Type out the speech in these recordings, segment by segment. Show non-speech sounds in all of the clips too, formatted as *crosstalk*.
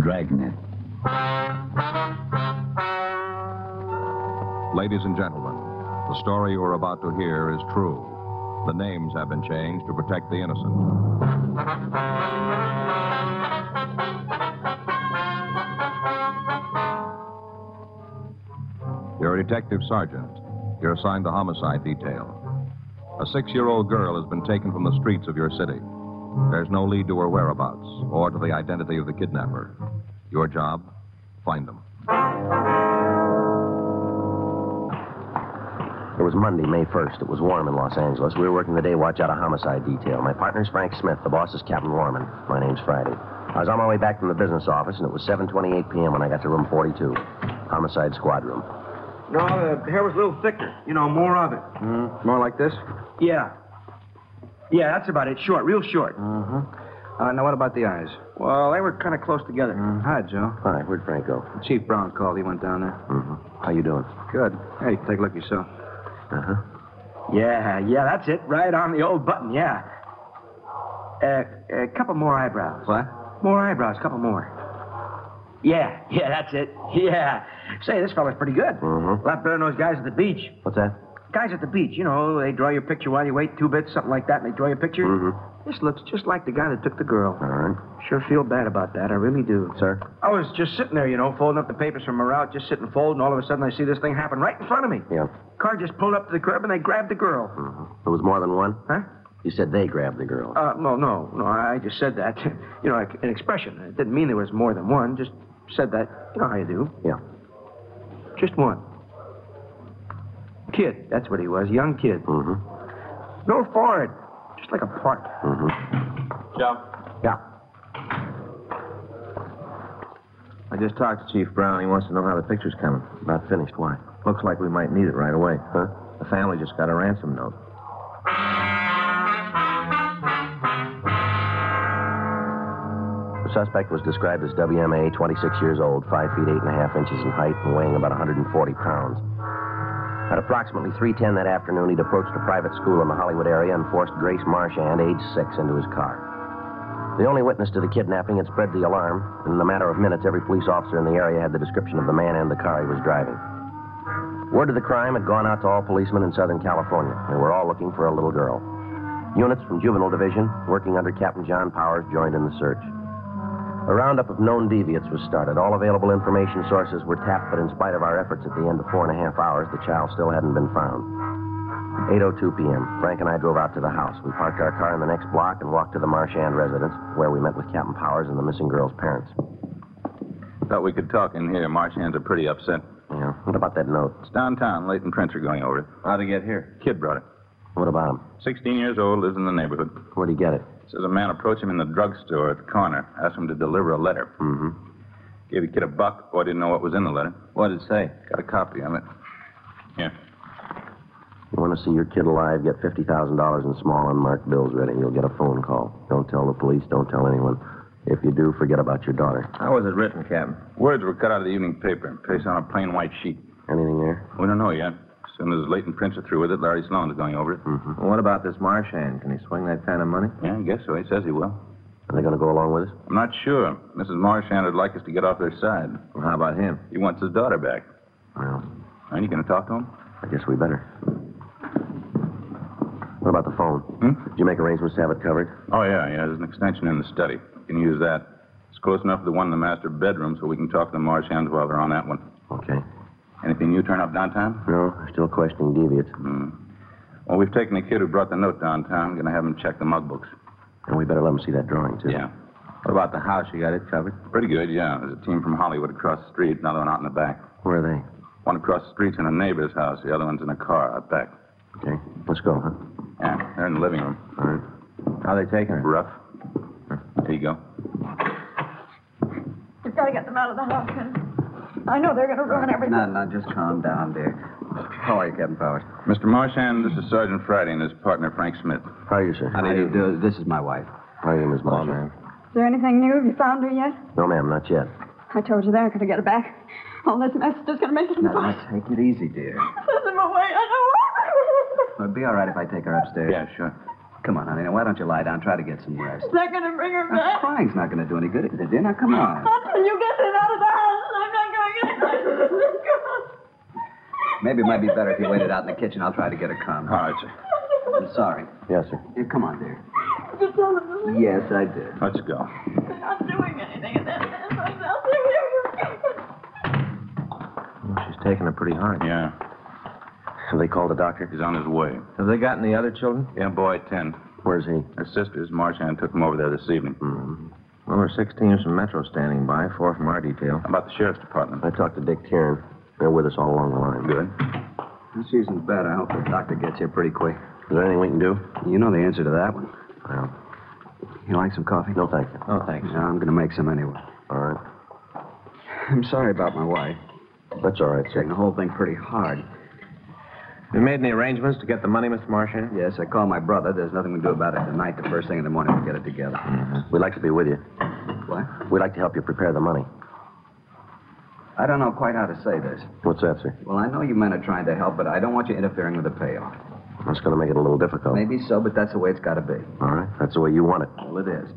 Dragnet. Ladies and gentlemen, the story you are about to hear is true. The names have been changed to protect the innocent. You're a detective sergeant. You're assigned to homicide detail. A six year old girl has been taken from the streets of your city. There's no lead to her whereabouts or to the identity of the kidnapper. Your job? Find them. It was Monday, May 1st. It was warm in Los Angeles. We were working the day watch out of homicide detail. My partner's Frank Smith. The boss is Captain Lorman. My name's Friday. I was on my way back from the business office, and it was 7.28 p.m. when I got to room 42, homicide squad room. No, the hair was a little thicker. You know, more of it. Hmm, More like this? Yeah. Yeah, that's about it. Short, real short. Uh, now, what about the eyes? Uh, Well, they were kind of close together. Hi, Joe. Hi, where'd Frank go? Chief Brown called. He went down there. Mm-hmm. How you doing? Good. Hey, take a look yourself. Uh-huh. Yeah, yeah, that's it. Right on the old button, yeah. Uh, a couple more eyebrows. What? More eyebrows, couple more. Yeah, yeah, that's it. *laughs* Yeah. Say, this fella's pretty good. Mhm. Uh-huh. A lot better than those guys at the beach. What's that? Guys at the beach, you know, they draw your picture while you wait, two bits, something like that, and they draw your picture. Mm-hmm. This looks just like the guy that took the girl. All right. Sure feel bad about that. I really do. Sir? I was just sitting there, you know, folding up the papers from my route, just sitting folding. All of a sudden, I see this thing happen right in front of me. Yeah. Car just pulled up to the curb, and they grabbed the girl. There was more than one? Oh. Huh? You said they grabbed the girl. Uh, no, no, no. I just said that. *laughs* you know, like an expression. It didn't mean there was more than one. Just said that. You know how you do. Yeah. Just one. Kid. That's what he was. Young kid. Mm-hmm. No forehead. Just like a part. Yeah. I just talked to Chief Brown. He wants to know how the picture's coming. About finished. Why? Looks like we might need it right away. Huh? The family just got a ransom note. The suspect was described as WMA, 26 years old, 5 feet 8 and a half inches in height, and weighing about 140 pounds. At approximately 3.10 that afternoon, he'd approached a private school in the Hollywood area and forced Grace Marchand, age 6, into his car. The only witness to the kidnapping had spread the alarm, and in a matter of minutes, every police officer in the area had the description of the man and the car he was driving. Word of the crime had gone out to all policemen in Southern California. They were all looking for a little girl. Units from Juvenile Division, working under Captain John Powers, joined in the search. A roundup of known deviants was started. All available information sources were tapped, but in spite of our efforts at the end of four and a half hours, the child still hadn't been found. 8.02 p.m. Frank and I drove out to the house. We parked our car in the next block and walked to the Marchand residence, where we met with Captain Powers and the missing girl's parents. Thought we could talk in here. Marchand's are pretty upset. Yeah. What about that note? It's downtown. Leighton Prince are going over it. How'd he get here? Kid brought it. What about him? 16 years old, lives in the neighborhood. Where'd he get it? Says a man approached him in the drugstore at the corner, asked him to deliver a letter. Mm-hmm. Gave the kid a buck, or didn't know what was in the letter. What did it say? Got a copy of it. Here. You want to see your kid alive, get $50,000 in small unmarked bills ready. You'll get a phone call. Don't tell the police. Don't tell anyone. If you do, forget about your daughter. How was it written, Captain? Words were cut out of the evening paper and placed on a plain white sheet. Anything there? We don't know yet. As soon as Leighton Prince are through with it, Larry Sloan is going over it. Mm-hmm. And What about this Marshand? Can he swing that kind of money? Yeah, I guess so. He says he will. Are they going to go along with us? I'm not sure. Mrs. Marchand would like us to get off their side. Well, how about him? He wants his daughter back. Well, Aren't you going to talk to him? I guess we better. What about the phone? Hmm? Did you make arrangements to have it covered? Oh, yeah, yeah. There's an extension in the study. You can use that. It's close enough to the one in the master bedroom so we can talk to the Marchands while they're on that one. Okay. Anything new turn up downtown? No, I'm still questioning deviates. Well, we've taken the kid who brought the note downtown. Going to have him check the mug books. And we better let them see that drawing, too. Yeah. What about the house? You got it covered? Pretty good, yeah. There's a team from Hollywood across the street, another one out in the back. Where are they? One across the street's in a neighbor's house, the other one's in a car out back. Okay. Let's go, huh? Yeah, they're in the living room. All right. How they taking it? Rough. There you go. We've got to get them out of the house. and I know they're going to ruin everything. No, no, just calm down, dear. How are you, Captain Powers? Mr. Marchand, this is Sergeant Friday and his partner, Frank Smith. How are you, sir? do you do? This is my wife. How are you, Miss Marshall? Is there anything new? Have you found her yet? No, ma'am, not yet. I told you they're going to get her back. All this mess is just going to make it impossible. take it easy, dear. Send them away. I don't want her. It'd be all right if I take her upstairs. Yeah, sure. Come on, honey. Now, why don't you lie down? Try to get some rest. They're going to bring her Now, back. crying's not going to do any good at the dinner. Come on. Until you get it out of the house, I'm not going to get Maybe it might be better if you waited out in the kitchen. I'll try to get her calm. All right, sir. I'm sorry. Yes, sir. Here, come on, dear. *laughs* Just tell them to leave. Yes, I did. Let's go. They're not doing anything, and then it's myself. They're here. She's taking it pretty hard. Yeah, Have they called the doctor? he's on his way. Have they gotten the other children? Yeah, boy, 10. Where's he? Her sisters, Marchand, took him over there this evening. Well, there's six teams from Metro standing by, four from our detail. How about the sheriff's department? I talked to Dick Tiernan. They're with us all along the line. Good. This isn't bad. I hope the doctor gets here pretty quick. Is there anything we can do? You know the answer to that one. Well, You like some coffee? no, thank you. Oh, thanks. Yeah, I'm going to make some anyway. All right. I'm sorry about my wife. That's all right, Taking sir. the whole thing pretty hard. You made any arrangements to get the money, Mr. Marchand? Yes, I called my brother. There's nothing we can do about it tonight. The first thing in the morning, we'll get it together. Mm-hmm. We'd like to be with you. What? We'd like to help you prepare the money. I don't know quite how to say this. What's that, sir? Well, I know you men are trying to help, but I don't want you interfering with the payoff. That's going to make it a little difficult. Maybe so, but that's the way it's got to be. All right. That's the way you want it. Well, it is.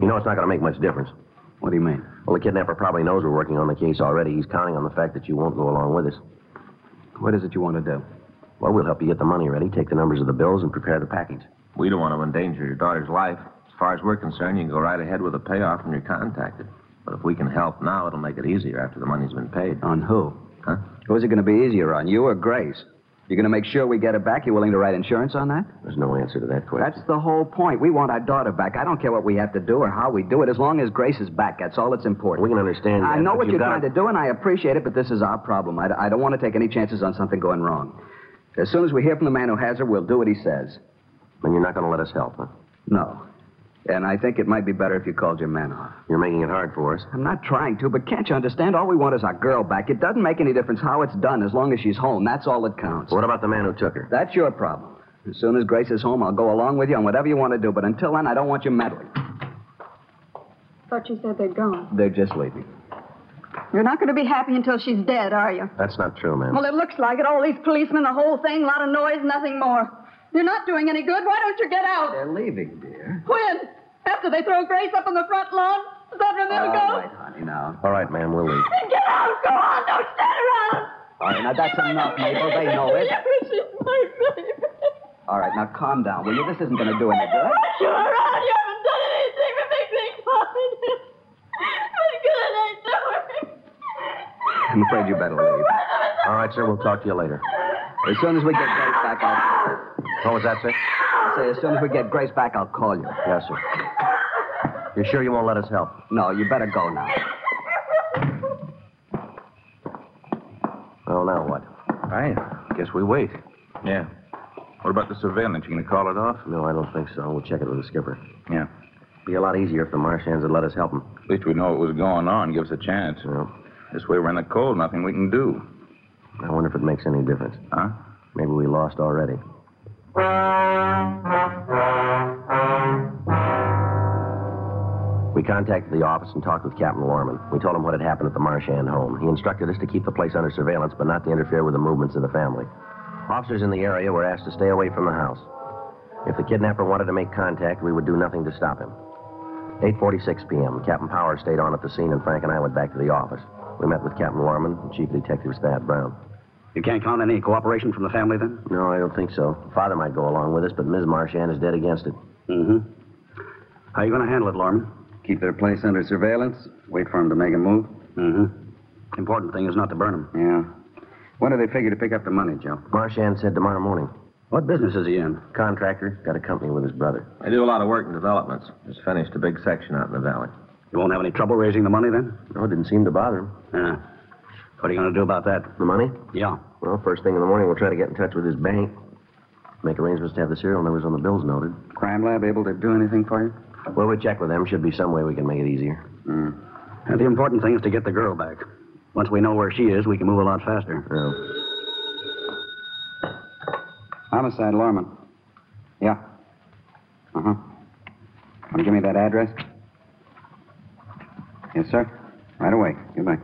You know it's not going to make much difference. What do you mean? Well, the kidnapper probably knows we're working on the case already. He's counting on the fact that you won't go along with us. What is it you want to do? Well, we'll help you get the money ready, take the numbers of the bills, and prepare the package. We don't want to endanger your daughter's life. As far as we're concerned, you can go right ahead with a payoff when you're contacted. But if we can help now, it'll make it easier after the money's been paid. On who? Huh? Who's it going to be easier on, you or Grace? You're going to make sure we get her back? You willing to write insurance on that? There's no answer to that question. That's the whole point. We want our daughter back. I don't care what we have to do or how we do it, as long as Grace is back. That's all that's We important. can understand that. I know but what you've you're got trying to do, and I appreciate it, but this is our problem. I, I don't want to take any chances on something going wrong. As soon as we hear from the man who has her, we'll do what he says. And you're not going to let us help, huh? No. And I think it might be better if you called your man off. You're making it hard for us. I'm not trying to, but can't you understand? All we want is our girl back. It doesn't make any difference how it's done as long as she's home. That's all that counts. What about the man who took her? That's your problem. As soon as Grace is home, I'll go along with you on whatever you want to do, but until then, I don't want you meddling. Thought you said they'd gone. They're just leaving. You're not going to be happy until she's dead, are you? That's not true, ma'am. Well, it looks like it. All these policemen, the whole thing, a lot of noise, nothing more. You're not doing any good. Why don't you get out? They're leaving, dear. When? After they throw Grace up on the front lawn? Is that when they'll All right, go? honey, now. All right, ma'am, we'll leave. Then get out! Go on! Don't stand around! All right, now that's enough, Mabel. They know *laughs* it. She's my baby. All right, now calm down, will you? This isn't going to do any good. Rush you around. You haven't done anything but make things fun. What good are they doing? I'm afraid you better leave. All right, sir, we'll talk to you later. As soon as we get Grace back, I'll What was that, sir? I say. As soon as we get Grace back, I'll call you. Yes, sir. You're sure you won't let us help? No, you better go now. Well, now what? All right. Guess we wait. Yeah. What about the surveillance? You gonna call it off? No, I don't think so. We'll check it with the skipper. Yeah. Be a lot easier if the Marshans would let us help him. At least we know what was going on. Give us a chance. Well, This way we're in the cold. Nothing we can do. I wonder if it makes any difference. Huh? Maybe we lost already. We contacted the office and talked with Captain Lorman. We told him what had happened at the Marshand home. He instructed us to keep the place under surveillance, but not to interfere with the movements of the family. Officers in the area were asked to stay away from the house. If the kidnapper wanted to make contact, we would do nothing to stop him. 8.46 p.m., Captain Power stayed on at the scene, and Frank and I went back to the office. We met with Captain Lorman and Chief Detective Thad Brown. You can't count any cooperation from the family, then? No, I don't think so. Father might go along with us, but Ms. Marchand is dead against it. Mm-hmm. How you going to handle it, Lorman? Keep their place under surveillance. Wait for them to make a move. Mm-hmm. Important thing is not to burn them. Yeah. When do they figure to pick up the money, Joe? Marchand said tomorrow morning. What business is he in? Contractor got a company with his brother. They do a lot of work in developments. Just finished a big section out in the valley. You won't have any trouble raising the money then? No, it didn't seem to bother him. Yeah. What are you going to do about that? The money? Yeah. Well, first thing in the morning, we'll try to get in touch with his bank. Make arrangements to have the serial numbers on the bills noted. Crime lab able to do anything for you? Well, we check with them. Should be some way we can make it easier. Mm. the important thing is to get the girl back. Once we know where she is, we can move a lot faster. Yeah. Homicide, Lorman. Yeah. Uh huh. Want to give me that address? Yes, sir. Right away. Goodbye.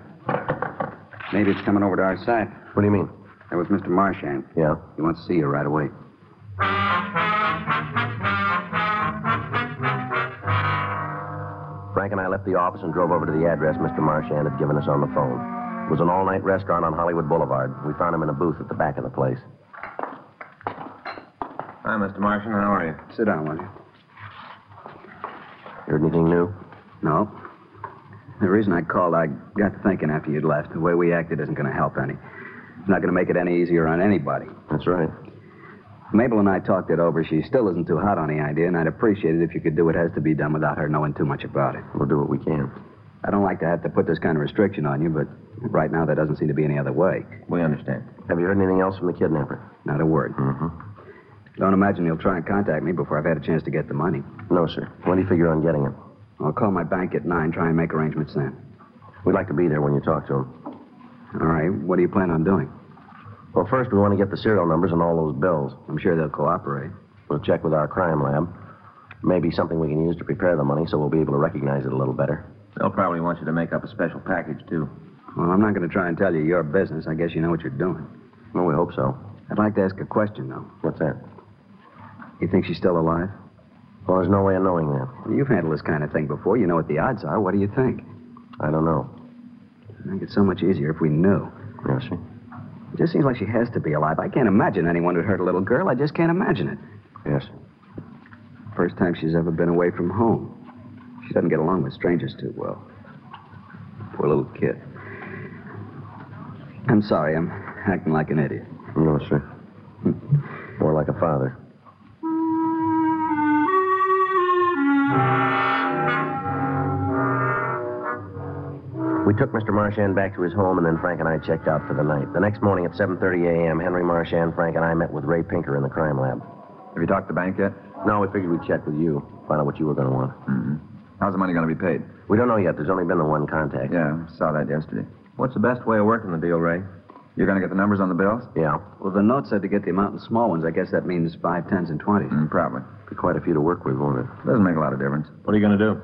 Maybe it's coming over to our side. What do you mean? That was Mr. Marshand. Yeah. He wants to see you right away. Frank and I left the office and drove over to the address Mr. Marchand had given us on the phone. It was an all night restaurant on Hollywood Boulevard. We found him in a booth at the back of the place. Hi, Mr. Martian. How are you? Sit down, will you? Heard anything new? No. The reason I called, I got thinking after you'd left. The way we acted isn't going to help any. It's not going to make it any easier on anybody. That's right. Mabel and I talked it over. She still isn't too hot on the idea, and I'd appreciate it if you could do what has to be done without her knowing too much about it. We'll do what we can. I don't like to have to put this kind of restriction on you, but right now there doesn't seem to be any other way. We understand. Have you heard anything else from the kidnapper? Not a word. Mm-hmm. Don't imagine he'll try and contact me before I've had a chance to get the money. No, sir. When do you figure on getting him? I'll call my bank at nine, try and make arrangements then. We'd like to be there when you talk to him. All right. What do you plan on doing? Well, first, we want to get the serial numbers on all those bills. I'm sure they'll cooperate. We'll check with our crime lab. Maybe something we can use to prepare the money so we'll be able to recognize it a little better. They'll probably want you to make up a special package, too. Well, I'm not going to try and tell you your business. I guess you know what you're doing. Well, we hope so. I'd like to ask a question, though. What's that? You think she's still alive? Well, there's no way of knowing that. You've handled this kind of thing before. You know what the odds are. What do you think? I don't know. I think it's so much easier if we knew. Yes, sir. It just seems like she has to be alive. I can't imagine anyone would hurt a little girl. I just can't imagine it. Yes. First time she's ever been away from home. She doesn't get along with strangers too well. Poor little kid. I'm sorry. I'm acting like an idiot. Hmm. No, sir. More like a father. We took Mr. Marchand back to his home, and then Frank and I checked out for the night. The next morning at 7.30 a.m., Henry Marchand, Frank, and I met with Ray Pinker in the crime lab. Have you talked to the bank yet? No, we figured we'd check with you, find out what you were going to want. How's the money going to be paid? We don't know yet. There's only been the one contact. Yeah, saw that yesterday. What's the best way of working the deal, Ray? You're going to get the numbers on the bills? Yeah, Well, the note said to get the amount in small ones. I guess that means five, tens, and twenties. Mm, probably. be quite a few to work with, won't it? Doesn't make a lot of difference. What are you going to do?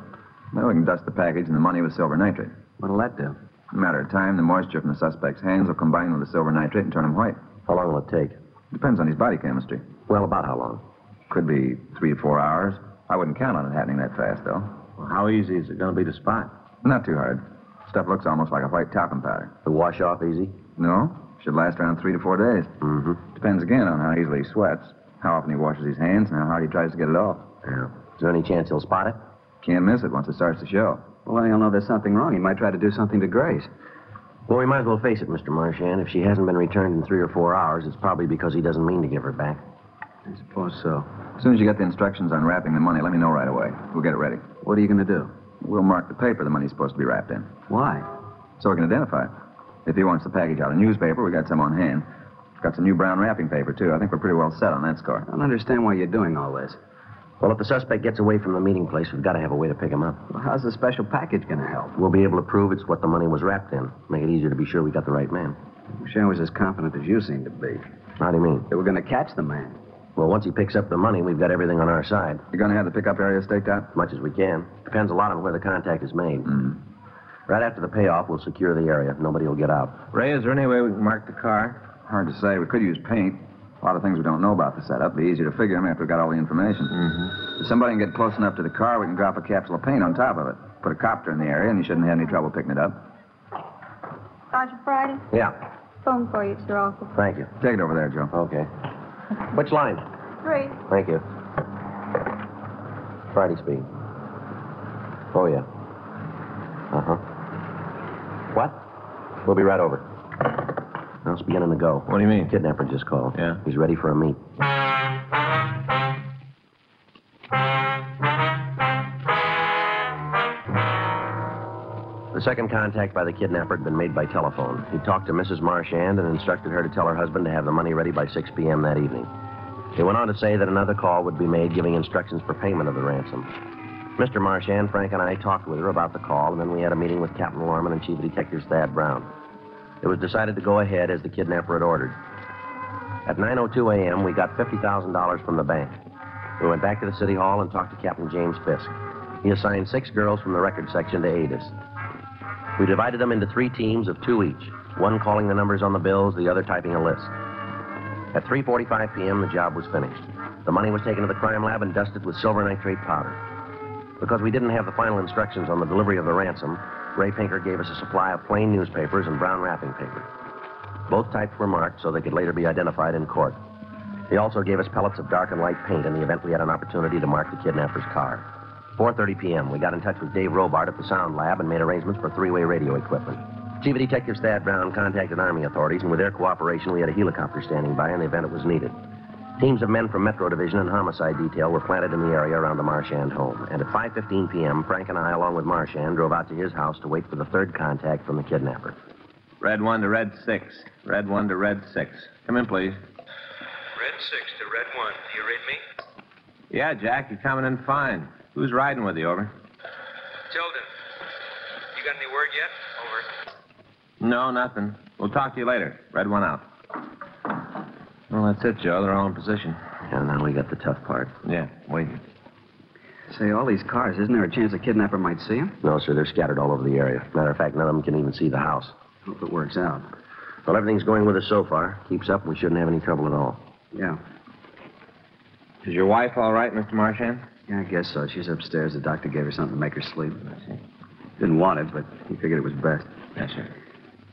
Then we can dust the package and the money with silver nitrate. What'll that do? In a matter of time, the moisture from the suspect's hands will combine with the silver nitrate and turn him white. How long will it take? Depends on his body chemistry. Well, about how long? Could be three to four hours. I wouldn't count on it happening that fast, though. Well, how easy is it going to be to spot? Not too hard. Stuff looks almost like a white talcum powder. The wash off easy? No? Should last around three to four days. Mm-hmm. Depends again on how easily he sweats, how often he washes his hands, and how hard he tries to get it off. Yeah. Is there any chance he'll spot it? Can't miss it once it starts to show. Well, he'll know there's something wrong. He might try to do something to Grace. Well, we might as well face it, Mr. Marchand. If she hasn't been returned in three or four hours, it's probably because he doesn't mean to give her back. I suppose so. As soon as you get the instructions on wrapping the money, let me know right away. We'll get it ready. What are you going to do? We'll mark the paper the money's supposed to be wrapped in, Why? so we can identify it. If he wants the package out of newspaper, we got some on hand. Got some new brown wrapping paper, too. I think we're pretty well set on that score. I don't understand why you're doing all this. Well, if the suspect gets away from the meeting place, we've got to have a way to pick him up. Well, how's the special package going to help? We'll be able to prove it's what the money was wrapped in. Make it easier to be sure we got the right man. I wish I was as confident as you seem to be. How do you mean? That we're going to catch the man. Well, once he picks up the money, we've got everything on our side, You're going to have the pickup area staked out? as much as we can. Depends a lot on where the contact is made. Hmm. Right after the payoff, we'll secure the area. Nobody will get out. Ray, is there any way we can mark the car? Hard to say. We could use paint. A lot of things we don't know about the setup. Be easier to figure them after we got all the information. Mm-hmm. If somebody can get close enough to the car, we can drop a capsule of paint on top of it. Put a copter in the area, and you shouldn't have any trouble picking it up. Roger Friday, Yeah, phone for you at your office. thank you. Take it over there, Joe. Okay. Which line? Three. Thank you. Friday speed. Oh, yeah. Uh huh. What? We'll be right over. Now it's beginning to go. What do you mean? Kidnapper just called. Yeah? He's ready for a meet. The second contact by the kidnapper had been made by telephone. He talked to Mrs. Marchand and instructed her to tell her husband to have the money ready by 6 p.m. that evening. He went on to say that another call would be made giving instructions for payment of the ransom. Mr. Marchand, Frank, and I talked with her about the call, and then we had a meeting with Captain Lorman and Chief of Detectives Thad Brown. It was decided to go ahead as the kidnapper had ordered. At 9.02 a.m., we got $50,000 from the bank. We went back to the city hall and talked to Captain James Fisk. He assigned six girls from the record section to aid us. We divided them into three teams of two each, one calling the numbers on the bills, the other typing a list. At 3.45 p.m., the job was finished. The money was taken to the crime lab and dusted with silver nitrate powder. Because we didn't have the final instructions on the delivery of the ransom, Ray Pinker gave us a supply of plain newspapers and brown wrapping paper. Both types were marked so they could later be identified in court. He also gave us pellets of dark and light paint in the event we had an opportunity to mark the kidnapper's car. 4.30 p.m., we got in touch with Dave Robart at the sound lab and made arrangements for three-way radio equipment. Chief of Detectives Thad Brown contacted Army authorities, and with their cooperation, we had a helicopter standing by in the event it was needed. Teams of men from Metro Division and Homicide Detail were planted in the area around the Marchand home, and at 5.15 p.m., Frank and I, along with Marchand, drove out to his house to wait for the third contact from the kidnapper. Red one to red six. Red one to red six. Come in, please. Red 6 to Red 1. Do you read me? Yeah, Jack, you're coming in fine. Who's riding with you, over? Tilden, you got any word yet? Over. No, nothing. We'll talk to you later. Red one out. Well, that's it, Joe. They're all in position. Yeah, now we got the tough part. Yeah, waiting. Say, all these cars, isn't there a chance a kidnapper might see them? No, sir, they're scattered all over the area. Matter of fact, none of them can even see the house. Hope it works out. Well, everything's going with us so far. Keeps up, we shouldn't have any trouble at all. Yeah. Is your wife all right, Mr. Marchand? Yeah, I guess so. She's upstairs. The doctor gave her something to make her sleep. Didn't want it, but he figured it was best. Yes, sir.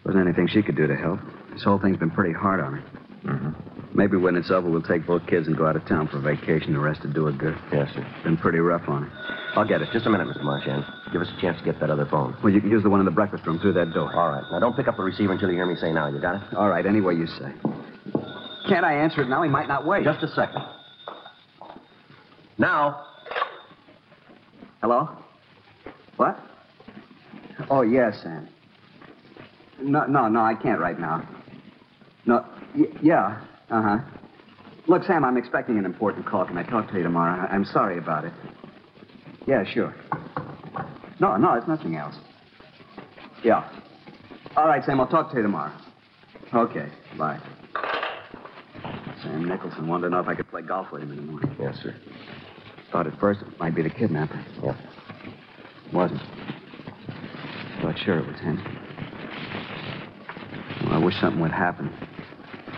Wasn't anything she could do to help. This whole thing's been pretty hard on her. Mm-hmm. Maybe when it's over, we'll take both kids and go out of town for vacation. The rest to do her good. Yes, sir. Been pretty rough on her. I'll get it. Just a minute, Mr. Marchand. Give us a chance to get that other phone. Well, you can use the one in the breakfast room through that door. All right. Now, don't pick up the receiver until you hear me say now. You got it? All right, any way you say. Can't I answer it now? He might not wait. Just a second. Now. Hello? What? Oh, yes, Sam. No, no, no, I can't right now. No, y- yeah, uh huh. Look, Sam, I'm expecting an important call. Can I talk to you tomorrow? I- I'm sorry about it. Yeah, sure. No, no, it's nothing else. Yeah. All right, Sam, I'll talk to you tomorrow. Okay, bye. Sam Nicholson wanted to know if I could play golf with him in the morning. Yes, sir. Thought at first it might be the kidnapper. Yeah. Wasn't. Thought sure it was him. Well, I wish something would happen.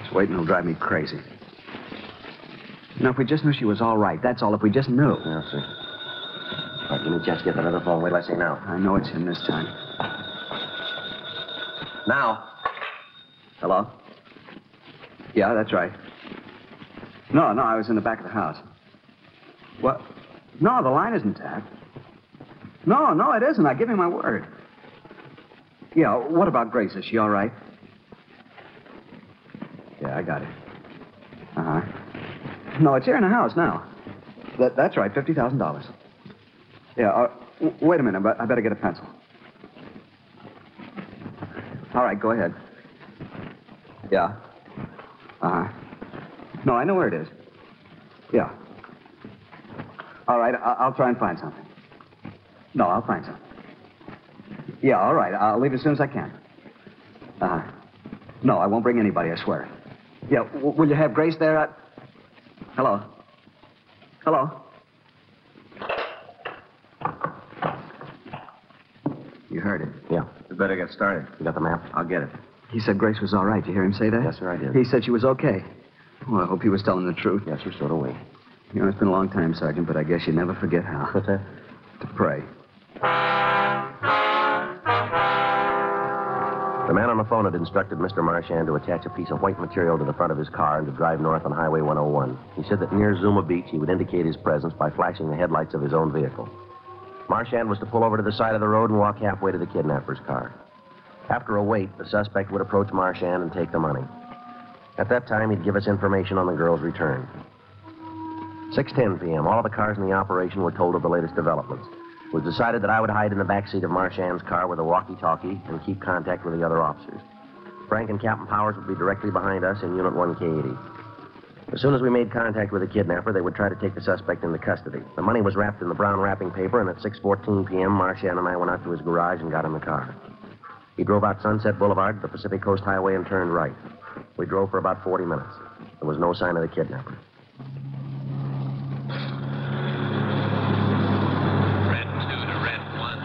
Just waiting will drive me crazy. Now, if we just knew she was all right, that's all. If we just knew. Yes, sir. All right, give me a chance to get that other phone. Wait till I say now. I know it's him this time. Now. Hello? Yeah, that's right. No, no, I was in the back of the house. What? No, the line isn't tapped. No, no, it isn't. I give you my word. Yeah, what about Grace? Is she all right? Yeah, I got it. Uh huh. No, it's here in the house now. That, that's right, $50,000. Yeah, uh, w- wait a minute. but I better get a pencil. All right, go ahead. Yeah. Uh huh. No, I know where it is. Yeah. All right, I- I'll try and find something. No, I'll find something. Yeah, all right, I'll leave as soon as I can. Uh huh. No, I won't bring anybody, I swear. Yeah, w- will you have Grace there? I... Hello. Hello. You heard it. Yeah. We better get started. You got the map? I'll get it. He said Grace was all right. You hear him say that? Yes, sir, I did. He said she was okay. Well, I hope he was telling the truth. Yes, sir. So do we. You know, it's been a long time, Sergeant, but I guess you never forget how What's that? to pray. The man on the phone had instructed Mr. Marchand to attach a piece of white material to the front of his car and to drive north on Highway 101. He said that near Zuma Beach, he would indicate his presence by flashing the headlights of his own vehicle. Marchand was to pull over to the side of the road and walk halfway to the kidnapper's car. After a wait, the suspect would approach Marchand and take the money. At that time, he'd give us information on the girl's return. 6:10 p.m. All of the cars in the operation were told of the latest developments. It was decided that I would hide in the back seat of Marchand's car with a walkie-talkie and keep contact with the other officers. Frank and Captain Powers would be directly behind us in Unit 1K80. As soon as we made contact with the kidnapper, they would try to take the suspect into custody. The money was wrapped in the brown wrapping paper, and at 6:14 p.m., Marchand and I went out to his garage and got in the car. He drove out Sunset Boulevard to the Pacific Coast Highway and turned right. We drove for about 40 minutes. There was no sign of the kidnapper. Red 2 to Red 1.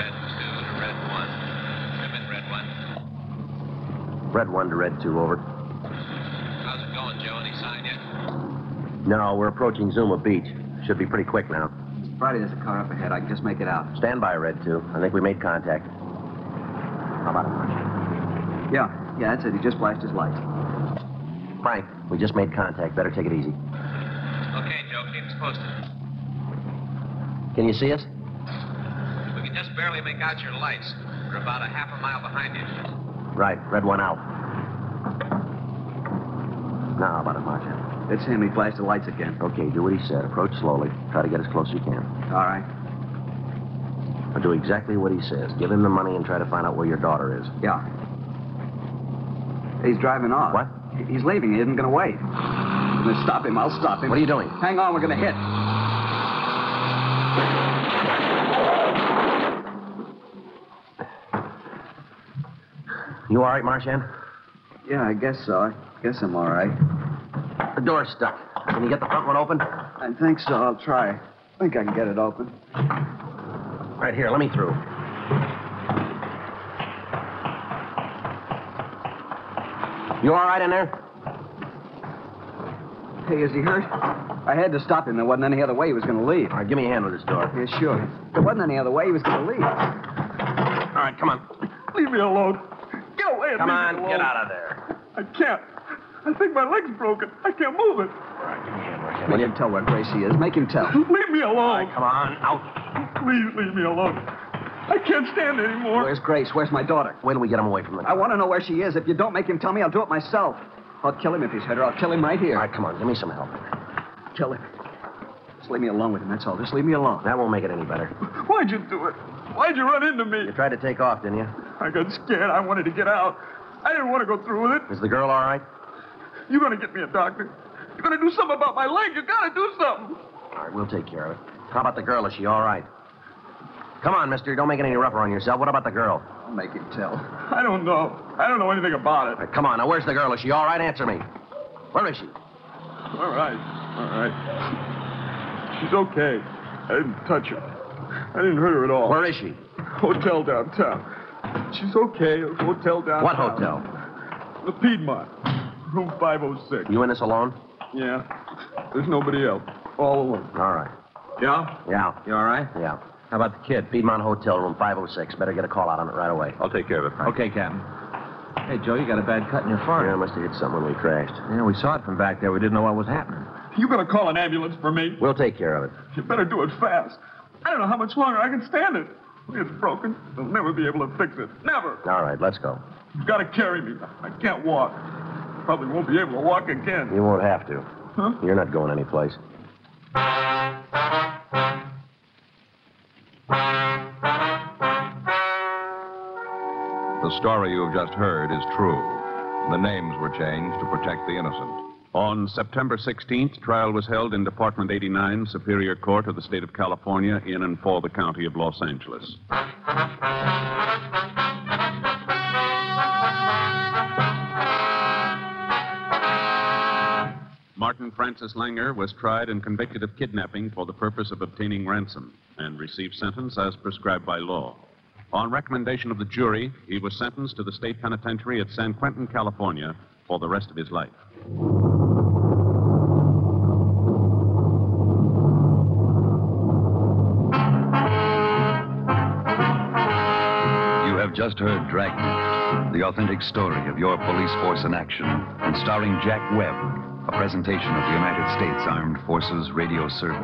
Red 2 to Red 1. Come in, Red 1. Red 1 to Red 2, over. How's it going, Joe? Any sign yet? No, we're approaching Zuma Beach. Should be pretty quick now. Friday, there's a car up ahead. I can just make it out. Stand by, Red 2. I think we made contact. How about it? Yeah, yeah, that's it. He just flashed his lights. Frank, we just made contact. Better take it easy. Okay, Joe, keep us posted. Can you see us? We can just barely make out your lights. We're about a half a mile behind you. Right. Red one out. Now, how about it, Marcia? That's him. He flashed the lights again. Okay, do what he said. Approach slowly. Try to get as close as you can. All right. But do exactly what he says. Give him the money and try to find out where your daughter is. Yeah. He's driving off. What? He- He's leaving. He isn't going to wait. I'm going to stop him. I'll stop him. What are you doing? Hang on. We're going to hit. You all right, Marchand? Yeah, I guess so. I guess I'm all right. The door's stuck. Can you get the front one open? I think so. I'll try. I think I can get it open. Right here, let me through. You all right in there? Hey, is he hurt? I had to stop him. There wasn't any other way he was going to leave. All right, give me a hand with this door. Yeah, sure. There wasn't any other way he was going to leave. All right, come on. Leave me alone. Get away and Come leave on, me alone. get out of there. I can't. I think my leg's broken. I can't move it. Make him tell where Gracie is. Make him *laughs* tell. Leave me alone. Come on, out. Please leave me alone. I can't stand anymore. Where's Grace? Where's my daughter? When do we get him away from the I want to know where she is. If you don't make him tell me, I'll do it myself. I'll kill him if he's hurt, or I'll kill him right here. All right, come on, give me some help. kill him. Just leave me alone with him. That's all. Just leave me alone. That won't make it any better. Why'd you do it? Why'd you run into me? You tried to take off, didn't you? I got scared. I wanted to get out. I didn't want to go through with it. Is the girl all right? You're going to get me a doctor. You're going to do something about my leg. You got to do something. All right, we'll take care of it. How about the girl? Is she all right? Come on, mister. Don't make it any rougher on yourself. What about the girl? I'll make him tell. I don't know. I don't know anything about it. All right, come on. Now, where's the girl? Is she all right? Answer me. Where is she? All right. All right. She's okay. I didn't touch her. I didn't hurt her at all. Where is she? Hotel downtown. She's okay. Hotel downtown. What hotel? The Piedmont. Room 506. You in this alone? Yeah. There's nobody else. All alone. All right. Yeah? Yeah, You all right? yeah. How about the kid? Piedmont Hotel, room 506. Better get a call out on it right away. I'll take care of it, Frank. Okay, Captain. Hey, Joe, you got a bad cut in your forearm. Yeah, I must have hit something when we crashed. Yeah, we saw it from back there. We didn't know what was happening. You gonna call an ambulance for me? We'll take care of it. You better do it fast. I don't know how much longer I can stand it. It's broken. They'll never be able to fix it. Never. All right, let's go. You gotta carry me. I can't walk. Probably won't be able to walk again. You won't have to. Huh? You're not going anyplace. The story you have just heard is true. The names were changed to protect the innocent. On September 16th, trial was held in Department 89, Superior Court of the State of California, in and for the County of Los Angeles. Martin Francis Langer was tried and convicted of kidnapping for the purpose of obtaining ransom and received sentence as prescribed by law. On recommendation of the jury, he was sentenced to the state penitentiary at San Quentin, California, for the rest of his life. You have just heard Dragnet, the authentic story of your police force in action, and starring Jack Webb, a presentation of the United States Armed Forces Radio Service.